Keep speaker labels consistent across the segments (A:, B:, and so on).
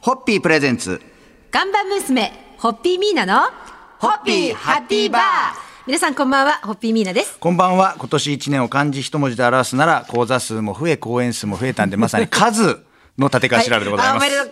A: ホッピープレゼンツ。
B: ガンバ娘、ホッピーミーナの、
A: ホッピーハッピーバー
B: 皆さんこんばんは、ホッピーミーナです。
A: こんばんは。今年1年を漢字一文字で表すなら、講座数も増え、講演数も増えたんで、ま さに数の立て頭でございま
B: はあ
A: す。
B: おめでとう。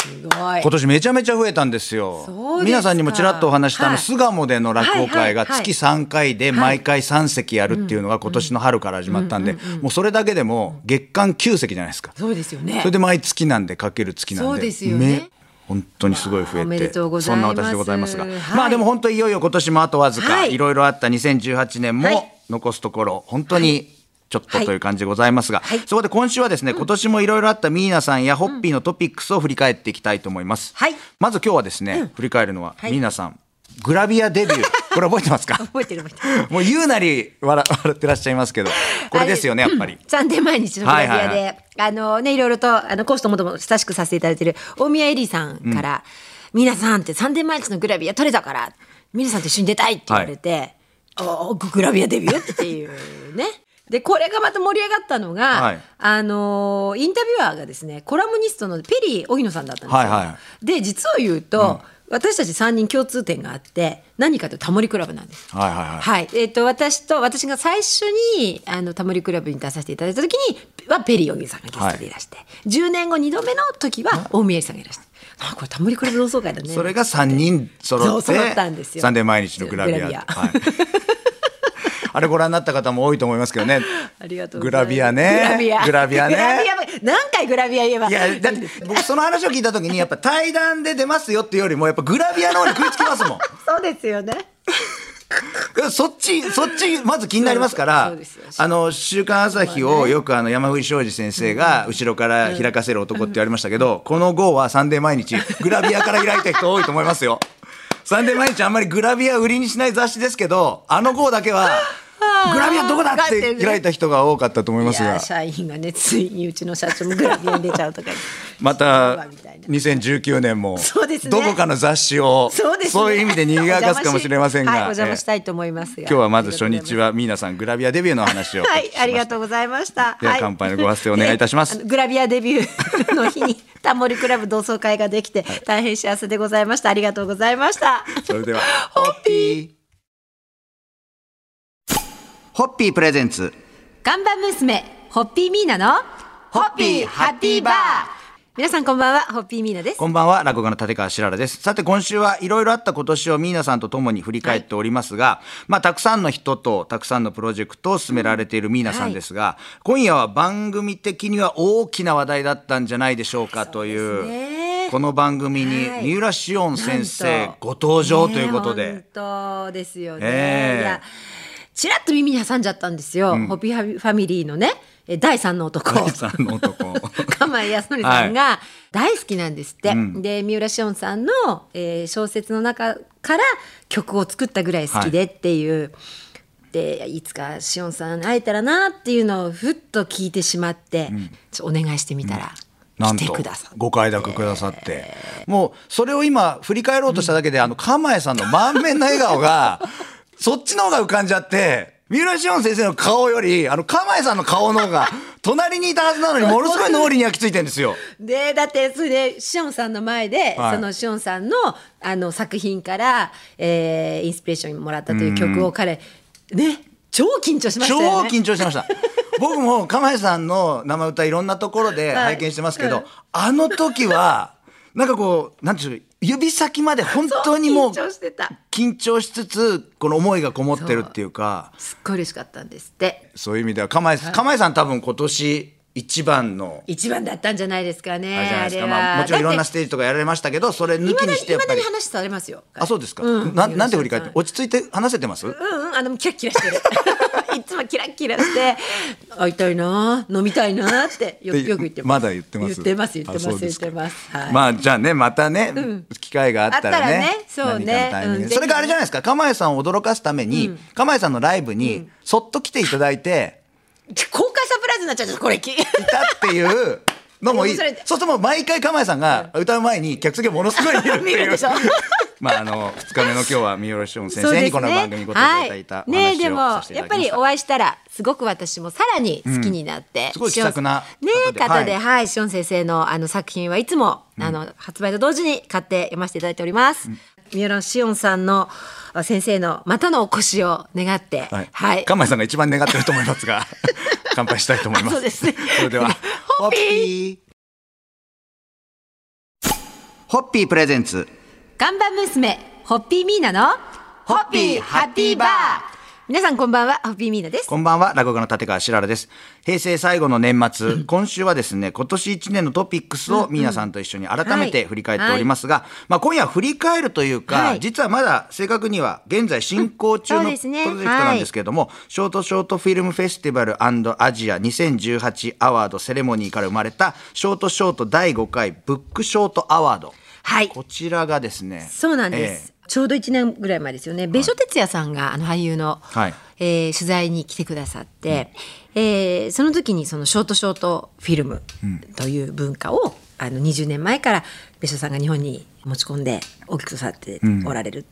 B: すごい。
A: 今年めちゃめちゃ増えたんですよ
B: そうですか
A: 皆さんにもちらっとお話したあ
B: は
A: の
B: い
A: 巣鴨での落語会が
B: はいはいはい
A: 月3回で毎回3席やるっていうのが今年の春から始まったんでもうそれだけでも月間9席じゃないですか
B: そうですよね。
A: それで毎月なんでかける月なんで
B: そうですよね
A: め本当にすごい増
B: おめ
A: え
B: で
A: て
B: とうござ
A: そ
B: い
A: ん
B: ま
A: な
B: す
A: 私でございますが、
B: はい
A: まあでも本当いよいよ今年もあとわずか、
B: はい
A: い、ろいろあった2018年
B: は
A: も
B: い
A: 残すところ本当にちょっとという感じでございますが、
B: はい
A: そこで今週はですね、今年もいろいろあったミーナさんやホッピーのトピックスを振り返っていきたいと思います、
B: はい
A: まず今日はですね、振り返るのは、
B: はい
A: ミーナさんグラビアデビューこれ覚えてますか
B: 覚えてる覚えてる。
A: もう言うなり笑笑ってらっしゃいますけどこれですよねやっぱり
B: サンデー毎日のグラビアで、
A: はいはいは
B: あのね、いろいろと、あの、講師ともとも親しくさせていただいてる、大宮エリーさんから、皆さんってサンデー毎日のグラビア取れたから、皆さんと一緒に出たいって言われて、おーグラビアデビューっていうね。で、これがまた盛り上がったのが、
A: はい
B: あのーインタビュアーがですね、コラムニストのペリー荻野さんだったんですよ。
A: はいは
B: で、実を言うと、私たち3人共通点があって、何かというとタモリクラブなんです。
A: はいはいはい
B: はい、えっ、と私と私が最初にあのタモリクラブに出させていただいた時にはペリー・ヨギさんがゲストでいらして、10年後2度目の時は大宮さんがいらして、あこれタモリクラブ同窓会だね。
A: それが3人揃って
B: そう揃ったんですよ
A: サンデー毎日のグラビア
B: グラビア
A: はい、あれご覧になった方も多いと思いますけどね
B: ありがとうご
A: グ
B: ざ
A: ラ
B: います
A: ビアね
B: グラビア
A: グラビア
B: グラビ
A: ね
B: ア何回グラビア言えば
A: いやだって僕その話を聞いた時にやっぱ対談で出ますよっていうよりもやっぱグラビアの方に食いつきますもん
B: そうですよね。
A: そっち、そっち、まず気になりますから
B: そうですよ、
A: あの、週刊朝日をよくあの、山口昌司先生が後ろから開かせる男って言われましたけど、この号はサンデー毎日、グラビアから開いた人多いと思います よ。サンデー毎日あんまりグラビア売りにしない雑誌ですけど、あの号だけ は、グラビアどこだって開いた人が多かったと思いま
B: い
A: す
B: や
A: が、
B: 社員がねついにうちの社長もグラビアに出ちゃうとか言って
A: ま
B: そう
A: た
B: だみたいな
A: 2019年も
B: そうです、ね
A: どこかの雑誌を、
B: そうですね、
A: そういう意味で賑やかすかもしれませんが、
B: お邪魔し,、はい、お邪魔
A: え
B: したいと思いますが
A: 今日はまず初日
B: は
A: は、ミーナさん、グラビアデビューの話をお聞きしま
B: は
A: し
B: い、
A: た。
B: ありがとうございました。
A: ではい乾杯のご発声お願いいたします
B: ねあのグラビアデビューの日にタモリクラブ同窓会ができて、大変幸せでございました。ありがとうございました。
A: それでは、ホッピー。ホッピープレゼンツ。
B: ガンバ娘、ホッピーミーナの、
A: ホッピーハッピーバー
B: 皆さんこんばんは、ホッピーミーナです。
A: こんばんは、落語の立川しららです。さて、今週はいろいろあった今年をミーナさんと共に振り返っておりますが、まあ、たくさんの人と、たくさんのプロジェクトを進められているミーナさんですが、今夜は番組的には大きな話題だったんじゃないでしょうかという、
B: そうですね
A: この番組に
B: はい
A: 三浦紫音先生
B: なんと
A: ご登場ということで。
B: ねえ本当ですよね。
A: ええ
B: いやちらっと耳に挟んじゃったんですよ。ホッピーファミリーのね、え第三の男。
A: 第三の 男
B: 釜井康則さんが大好きなんですって、で三浦紫音さんの、えー小説の中から曲を作ったぐらい好きでっていう、でいつか紫音さん会えたらなっていうのをふっと聞いてしまって、ちょお願いしてみたら、
A: なん
B: 来て
A: と
B: くださって
A: ご快諾くださって、もうそれを今振り返ろうとしただけで、あの釜江さんの満面の笑顔が そっちの方が浮かんじゃって三浦紫音先生の顔よりあの釜江さんの顔の方が隣にいたはず なのにものすごい脳裏に焼き付いてるんですよ。
B: でだってそれで紫音さんの前
A: は
B: で、
A: い
B: その紫音さんのあの作品から、えーインスピレーションもらったという曲を彼、ね超緊張しました
A: 超
B: よね。
A: 緊張しました。僕も釜江さんの生歌いろんなところで
B: はい
A: 拝見してますけど、あの時はなんかこうなんていうの指先まで本当にもう
B: そう緊張してた。
A: 緊張しつつこの思いがこもってるっていうか。
B: すっごい嬉しかったんですって
A: そういう意味では釜井さん、釜井さん多分今年一番の
B: 一番だったんじゃないですかね
A: あれじゃないですか。
B: あれは
A: まあもちろんいろんな
B: だっ
A: ステージとかやられましたけど、それ抜きにしてて
B: い
A: やっ
B: ま
A: ぱ
B: だに
A: り。
B: 話されますよ
A: あ、そうですか。
B: う
A: ななんて振り返って
B: い、
A: 落ち着いて話せてます。
B: うんうんあのキラッキラしてる いつもキラッキラして会いたいな飲みたいなってよよく言ってます
A: まだ言ってます
B: 言ってます言ってま
A: あ
B: す
A: そう
B: 言
A: で
B: っ
A: すか
B: てますはい、
A: まあじゃあねまたね、機会があったらね
B: あったらねそうね
A: 何かのタイミングで
B: うん
A: それがあれじゃないですか釜井さんを驚かすために、釜井さんのライブにそっと来ていただいて、
B: 公開サプライズになっちゃったこれき
A: いたっていうのもいい
B: でもそれ
A: そうするともう毎回釜井さんが歌う前に客席をものすごい見るって
B: 見
A: い
B: る
A: う
B: でしょ
A: まああの2日目の今日は三浦翔先生にこの番組にご登場いただいたお話を
B: ねでも
A: させてい
B: や
A: た
B: っ
A: だきました
B: ぱりお会いしたらすごく私もさらに好きになって、
A: すごい気さくな
B: シオ
A: 方
B: ンね
A: で
B: 方で
A: は
B: はい、シオン先生のあの作品はいつも、あの発売と同時に買って読ませていただいております、三浦シオンさんのあ先生のまたのお越しを願って
A: はい。
B: はい
A: かまいさんが一番願ってると思います が、乾杯したいと思います。
B: そうですね
A: それで は、ホッピーホッピープレゼンツ。
B: 看板娘ホッピーミーナの
A: ホッピーハッピーバー
B: 皆さんこんばんはホッピーミーナです
A: こんばんは、落語家の立川しららです。平成最後の年 末、今週はですね、今年1年のトピックスを皆さんと一緒に改め
B: は
A: て
B: い
A: 振り返っておりますが、まあ今夜は振り返るというか、
B: はい
A: 実はまだ正確には現在進行中の
B: うん
A: プ
B: そう
A: ロ
B: で
A: ジ
B: す
A: ェク
B: ね
A: トなんですけれども、ショートショートフィルムフェスティバルアジア2018アワードセレモニーから生まれた、ショートショート第5回ブックショートアワード。
B: はい
A: こちらがですね、
B: そうなんで
A: え
B: す、ちょうど1年ぐらい前ですよね別所哲也さんがあの俳優の、
A: はい
B: えー取材に来てくださって、えーその時にそのショートショートフィルムという文化を、あの20年前から別所さんが日本に持ち込んで大きく育っておられる。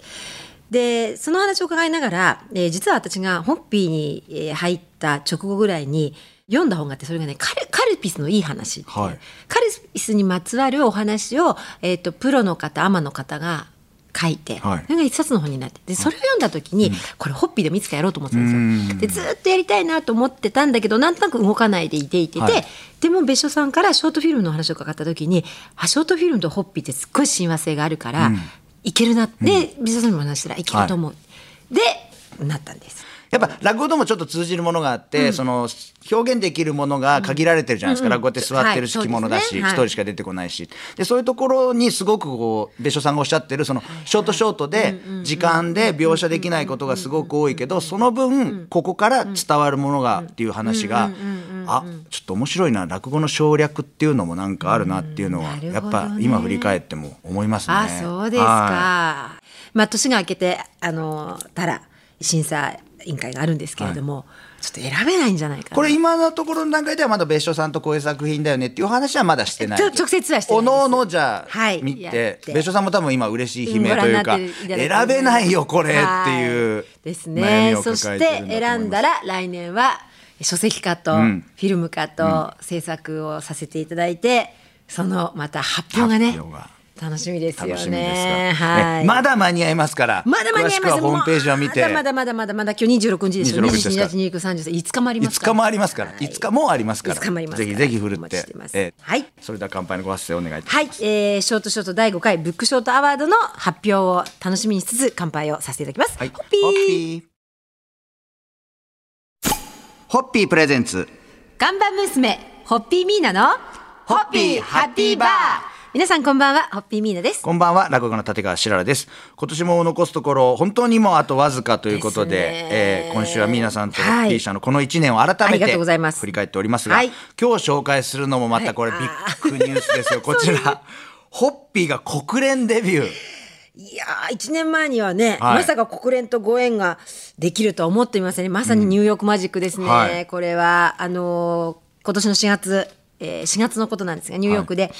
B: でその話を伺いながら、えー実は私がホッピーにえー入った直後ぐらいに読んだ本があってそれがね「カルカルピスのいい話」っていう、
A: はい
B: カルピスにまつわるお話を、えー、とプロの方アマの方が書いて、
A: はい
B: それが一冊の本になってでそれを読んだ時に、これホッピーでもいつかやろうと思ってたんですよ。でずっとやりたいなと思ってたんだけどなんとなく動かないでいていてて、
A: はい
B: でも別所さんからショートフィルムの話を伺った時にあショートフィルムとホッピーってすっごい親和性があるから、いけるなで別所さんにも話したらいけると思う、でなったんです。
A: やっぱ落語ともちょっと通じるものがあって、その表現できるものが限られてるじゃないですか、落語って座ってるし、
B: はい
A: 着物だ
B: そう
A: し、
B: です
A: 一、
B: ねはい
A: 人しか出てこないしでそういうところにすごくこう別所さんがおっしゃってるそのショートショートで時間で描写できないことがすごく多いけどその分ここから伝わるものがっていう話が、あちょっと面白いな落語の省略っていうのもなんかあるなっていうのは、
B: うんなる
A: や
B: ほ
A: っ
B: どね
A: ぱ今振り返っても思いますね。
B: あそうで
A: はい
B: すか。まあ年が明けてあのたら審査委員会があるんですけれども、ちょっと選べないんじゃないかな。
A: これ今のところの段階ではまだ別所さんとこういう作品だよねっていう話はまだしてない
B: ちょ直接はしてない
A: お
B: です
A: のおのじゃあ
B: はい
A: 見て,、
B: やって
A: 別所さんも多分今嬉しい悲鳴というか、
B: んご覧になっていただいてます
A: 選べないよこれっていう、
B: はで
A: 悩
B: す
A: み
B: ね
A: を抱
B: そ
A: え
B: して
A: るん
B: て
A: だと思います
B: 選んだら来年は書籍化とフィルム化と制作をさせていただいて、そのまた発表がね
A: 発表が
B: 楽しみですよね
A: 楽しみですが、
B: はい、
A: ねまだ間に合いますから
B: まだ間に合
A: 詳
B: いま
A: し
B: す
A: くはホームページを見て
B: まだまだまだまだまだ今日26日ですよ
A: 26日ですか
B: 22日29 30 5日もあります
A: 5
B: か
A: 日
B: ら
A: もありますから、
B: はい
A: い、5日もありますから
B: 5日もありますから
A: ぜひぜひふる
B: お
A: っ
B: 待ち
A: て
B: してます
A: ええ
B: はい
A: それでは乾杯のご発声お願いいたします、
B: はい、えー、ショートショート第5回ブックショートアワードの発表を楽しみにしつつ乾杯をさせていただきます。
A: はい、
B: ホッピー
A: ーホッピープレゼンツ
B: 看板娘ホッピーミーナの
A: ホッピーハッピーバー
B: 皆さんこんばんはホッピーミーナです。
A: こんばんは、落語家の立川しららです。今年も残すところ、本当にもうあとわずかということで、
B: ですね
A: えー今週は皆さんと
B: はい
A: T 社のこの1年を改
B: あ
A: め
B: りが
A: て
B: とうございます
A: 振り返っておりますが、
B: はい
A: 今日紹介するのもまたこれビ
B: はい
A: ッグニュースですよ。こちら、ホッピーが国連デビュー。
B: いやー1年前にはね、
A: はい
B: まさか国連とご縁ができるとは思っていませんねまさにニューヨークマジックですね、
A: うんはい
B: これはあのー今年の4月、えー4月のことなんですがニューヨークで、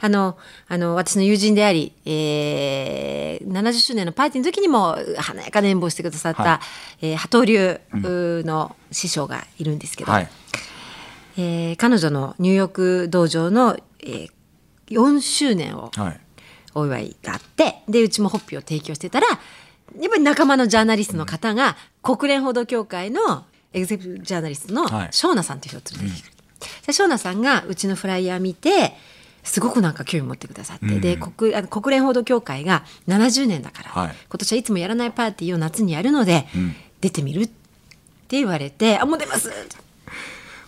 B: あのあの私の友人であり、えー70周年のパーティーの時にも華やかな演舞をしてくださった、
A: は
B: えー波頭流の師匠がいるんですけど、
A: はい。
B: えー彼女のニューヨーク道場の、えー4周年を
A: はい。
B: お祝いがあってでうちもホッピーを提供してたらやっぱり仲間のジャーナリストの方が、国連報道協会のエグゼクティブジャーナリストの
A: はい
B: ショーナさんっていう人を連れてきてくれて、でショーナさんがうちのフライヤー見てすごくなんか興味持ってくださって、で国あの国連報道協会が70年だから、
A: はい
B: 今年はいつもやらないパーティーを夏にやるので、出てみるって言われて「あもう出ます!」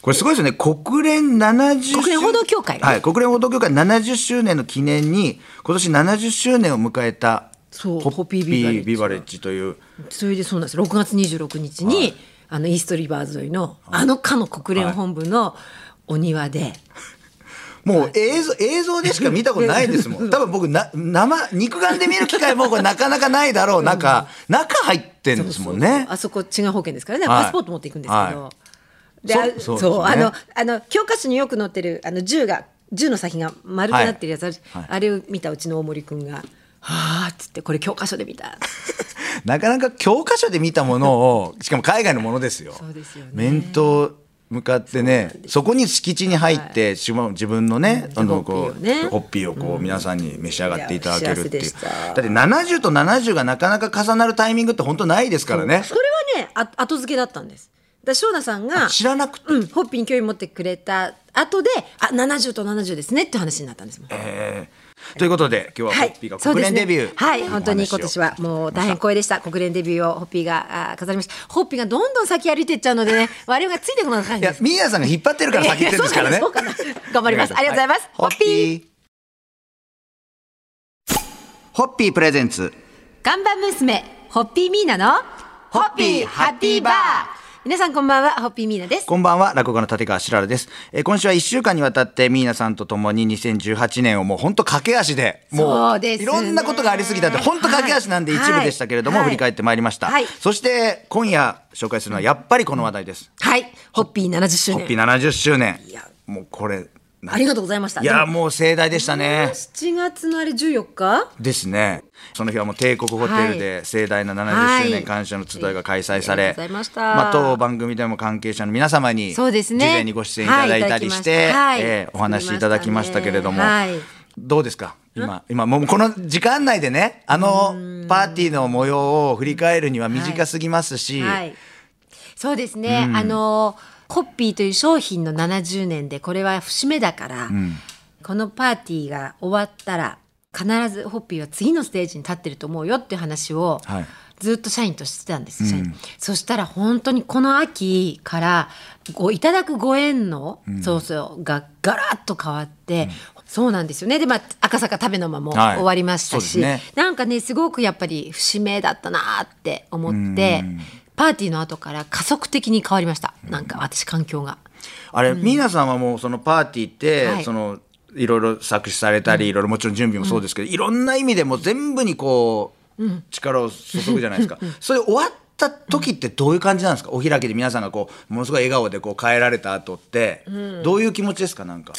A: これすごいですよね。国連70周
B: 国連報道協会がね
A: はい。国連報道協会70周年の記念に、今年70周年を迎えた、
B: そう
A: ホッピ
B: ホッピービバレッ
A: ー
B: ジ
A: ビバレッジという、
B: それでそうなんです6月26日に、
A: はい
B: あのイーストリバー沿いのあのかの国連本部のお庭で、
A: もう映像映像でしか見たことないです もん。多分僕な生肉眼で見る機会もこれなかなかないだろう中中入ってんですもんね。
B: あそこ違う保険ですからね、
A: はい
B: パスポート持っていくんですけど、
A: は
B: であ
A: そ
B: そうう
A: そうです
B: あ
A: ね
B: のあの教科書によく載ってるあの銃が銃の先が丸くなってるやつある、
A: はいはい
B: あれを見たうちの大森くんがはあっつってこれ教科書で見た
A: なかなか教科書で見たものを、しかも海外のものですよ。
B: そうですよね
A: 面と向かってね、そ,、こに敷地に入って、しまう自分のね、
B: うん
A: あのこ
B: ホッピーを
A: う、
B: ね
A: ホッピーをこう、皆さんに召し上がっていただけるってい
B: いや
A: う。
B: 幸せでした
A: だって70と70がなかなか重なるタイミングって本当ないですからね。
B: それはねあ後付けだったんですだから翔太さんが
A: 知らなくて。
B: うん、ホッピーに興味持ってくれた後であ70と70ですねって話になったんですもん
A: えーということで、今日はホッピーが
B: そう
A: 国
B: で
A: 連
B: す
A: デ
B: ね
A: ビュー。
B: はい、本当に今年はもう大変
A: こ
B: 光栄でした。国連デビューをホッピーがあー飾りました。ホッピーがどんどん先歩いていっちゃうのでね、我々がついてこなかったん
A: いや
B: で、す。
A: ミーヤさんが引っ張ってるから先行ってるんですから
B: いや
A: ね
B: いや。 そうかなそうかな頑張ります。ありがとうございます。ホッピー。
A: ー。ホッピープレゼンツ。
B: 看板娘、ホッピーミーナの、
A: ホッピーハッピーバー
B: 皆さんこんばんは、ホッピーミーナです。
A: こんばんは、落語家の立川しららです。えー今週は1週間にわたって、ミーナさんと共に2018年をもう本当駆け足で、も
B: そううです
A: い
B: ね
A: ろんなことがありすぎたんで、本当駆け足なんで
B: はい
A: 一部でしたけれども、
B: はい
A: 振り返ってまいりました。
B: はい
A: そして、今夜紹介するのはやっぱりこの話題です。
B: はい、ホッピー70周
A: ホッピ
B: 年。
A: ー70周年
B: いや。
A: もうこれ、
B: ありがとうございました。
A: いや、もう盛大でしたね。
B: 7月のあれ14日
A: ですね。その日はもう帝国ホテルで盛大な70周年感謝の集いが開催され、
B: はいありがとうございました
A: あ当番組でも関係者の皆様に
B: そうですね
A: 事前にご出演いただいたりして、
B: はいいただきましたはい
A: えーお話しいただきましたけれども、
B: はい
A: どうですか今今もうこの時間内でねあのパーティーの模様を振り返るには短すぎますし、
B: はい、そうですね、あのホッピーという商品の70年でこれは節目だから、このパーティーが終わったら必ずホッピーは次のステージに立ってると思うよっていう話を、
A: はい
B: ずっと社員としてたんです、社員そしたら本当にこの秋からごいただくご縁の、そうそうがガラッと変わって、そうなんですよねで、まあ、赤坂食べの間も
A: はい
B: 終わりました
A: そう
B: し、
A: ですね
B: なんかねすごくやっぱり節目だったなーって思ってパーティーの後から加速的に変わりましたなんか私環境が。
A: あれ、ミーナさんはもうそのパーティーって、
B: はい
A: そのいろいろ作詞されたり、いろいろもちろん準備もそうですけど、いろんな意味でもう全部にこう、力を注ぐじゃないですか。それ終わった時ってどういう感じなんですか、お開きで皆さんがこうものすごい笑顔でこう帰られた後って、どういう気持ちですかなんか。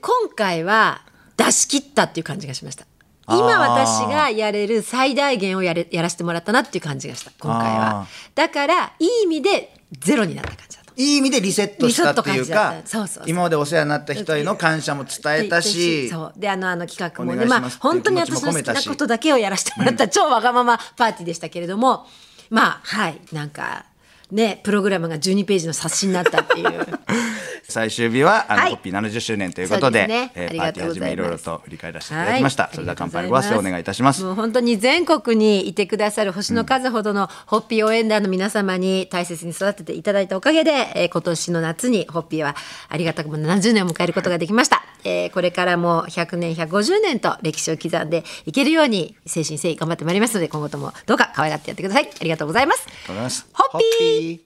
B: 今回は出し切ったっていう感じがしました
A: あー
B: 今私がやれる最大限をやれやらせてもらったなっていう感じがした今
A: あ
B: 回はだからいい意味でゼロになった感じだと
A: いい意味でリセットしたってい
B: リ
A: う
B: セット感
A: か
B: じだったそうそうそう
A: 今までお世話になった人への感謝も伝えたし
B: そうであのあの企画も
A: お
B: ね
A: 願いし
B: ま
A: ま
B: あ
A: す
B: 本当に
A: っていう
B: 私
A: 気持ち
B: の
A: も込
B: 好
A: め
B: き
A: たし
B: なことだけをやらせてもらった超わがままパーティーでしたけれどもまあはいなんかねプログラムが12ページの冊子になったっていう
A: 最終日はあの、
B: はい
A: ホッピー70周年ということで
B: そうですね
A: えー
B: あり
A: パー
B: が
A: テ
B: と
A: ィー
B: うご
A: 始
B: ざいます
A: めいろいろと振り返らせていただきました、
B: はい
A: それでは乾杯ご発声をお願いいたします
B: もう本当に全国にいてくださる星の数ほどのホッピー応援団の皆様に大切に育てていただいたおかげで、えー今年の夏にホッピーはありがたくも70年を迎えることができました、えーこれからも100年150年と歴史を刻んでいけるように精神誠意頑張ってまいりますので今後ともどうか可愛がってやってくださいありがとうございます
A: ありがとうございます
B: ホッピー
A: ピー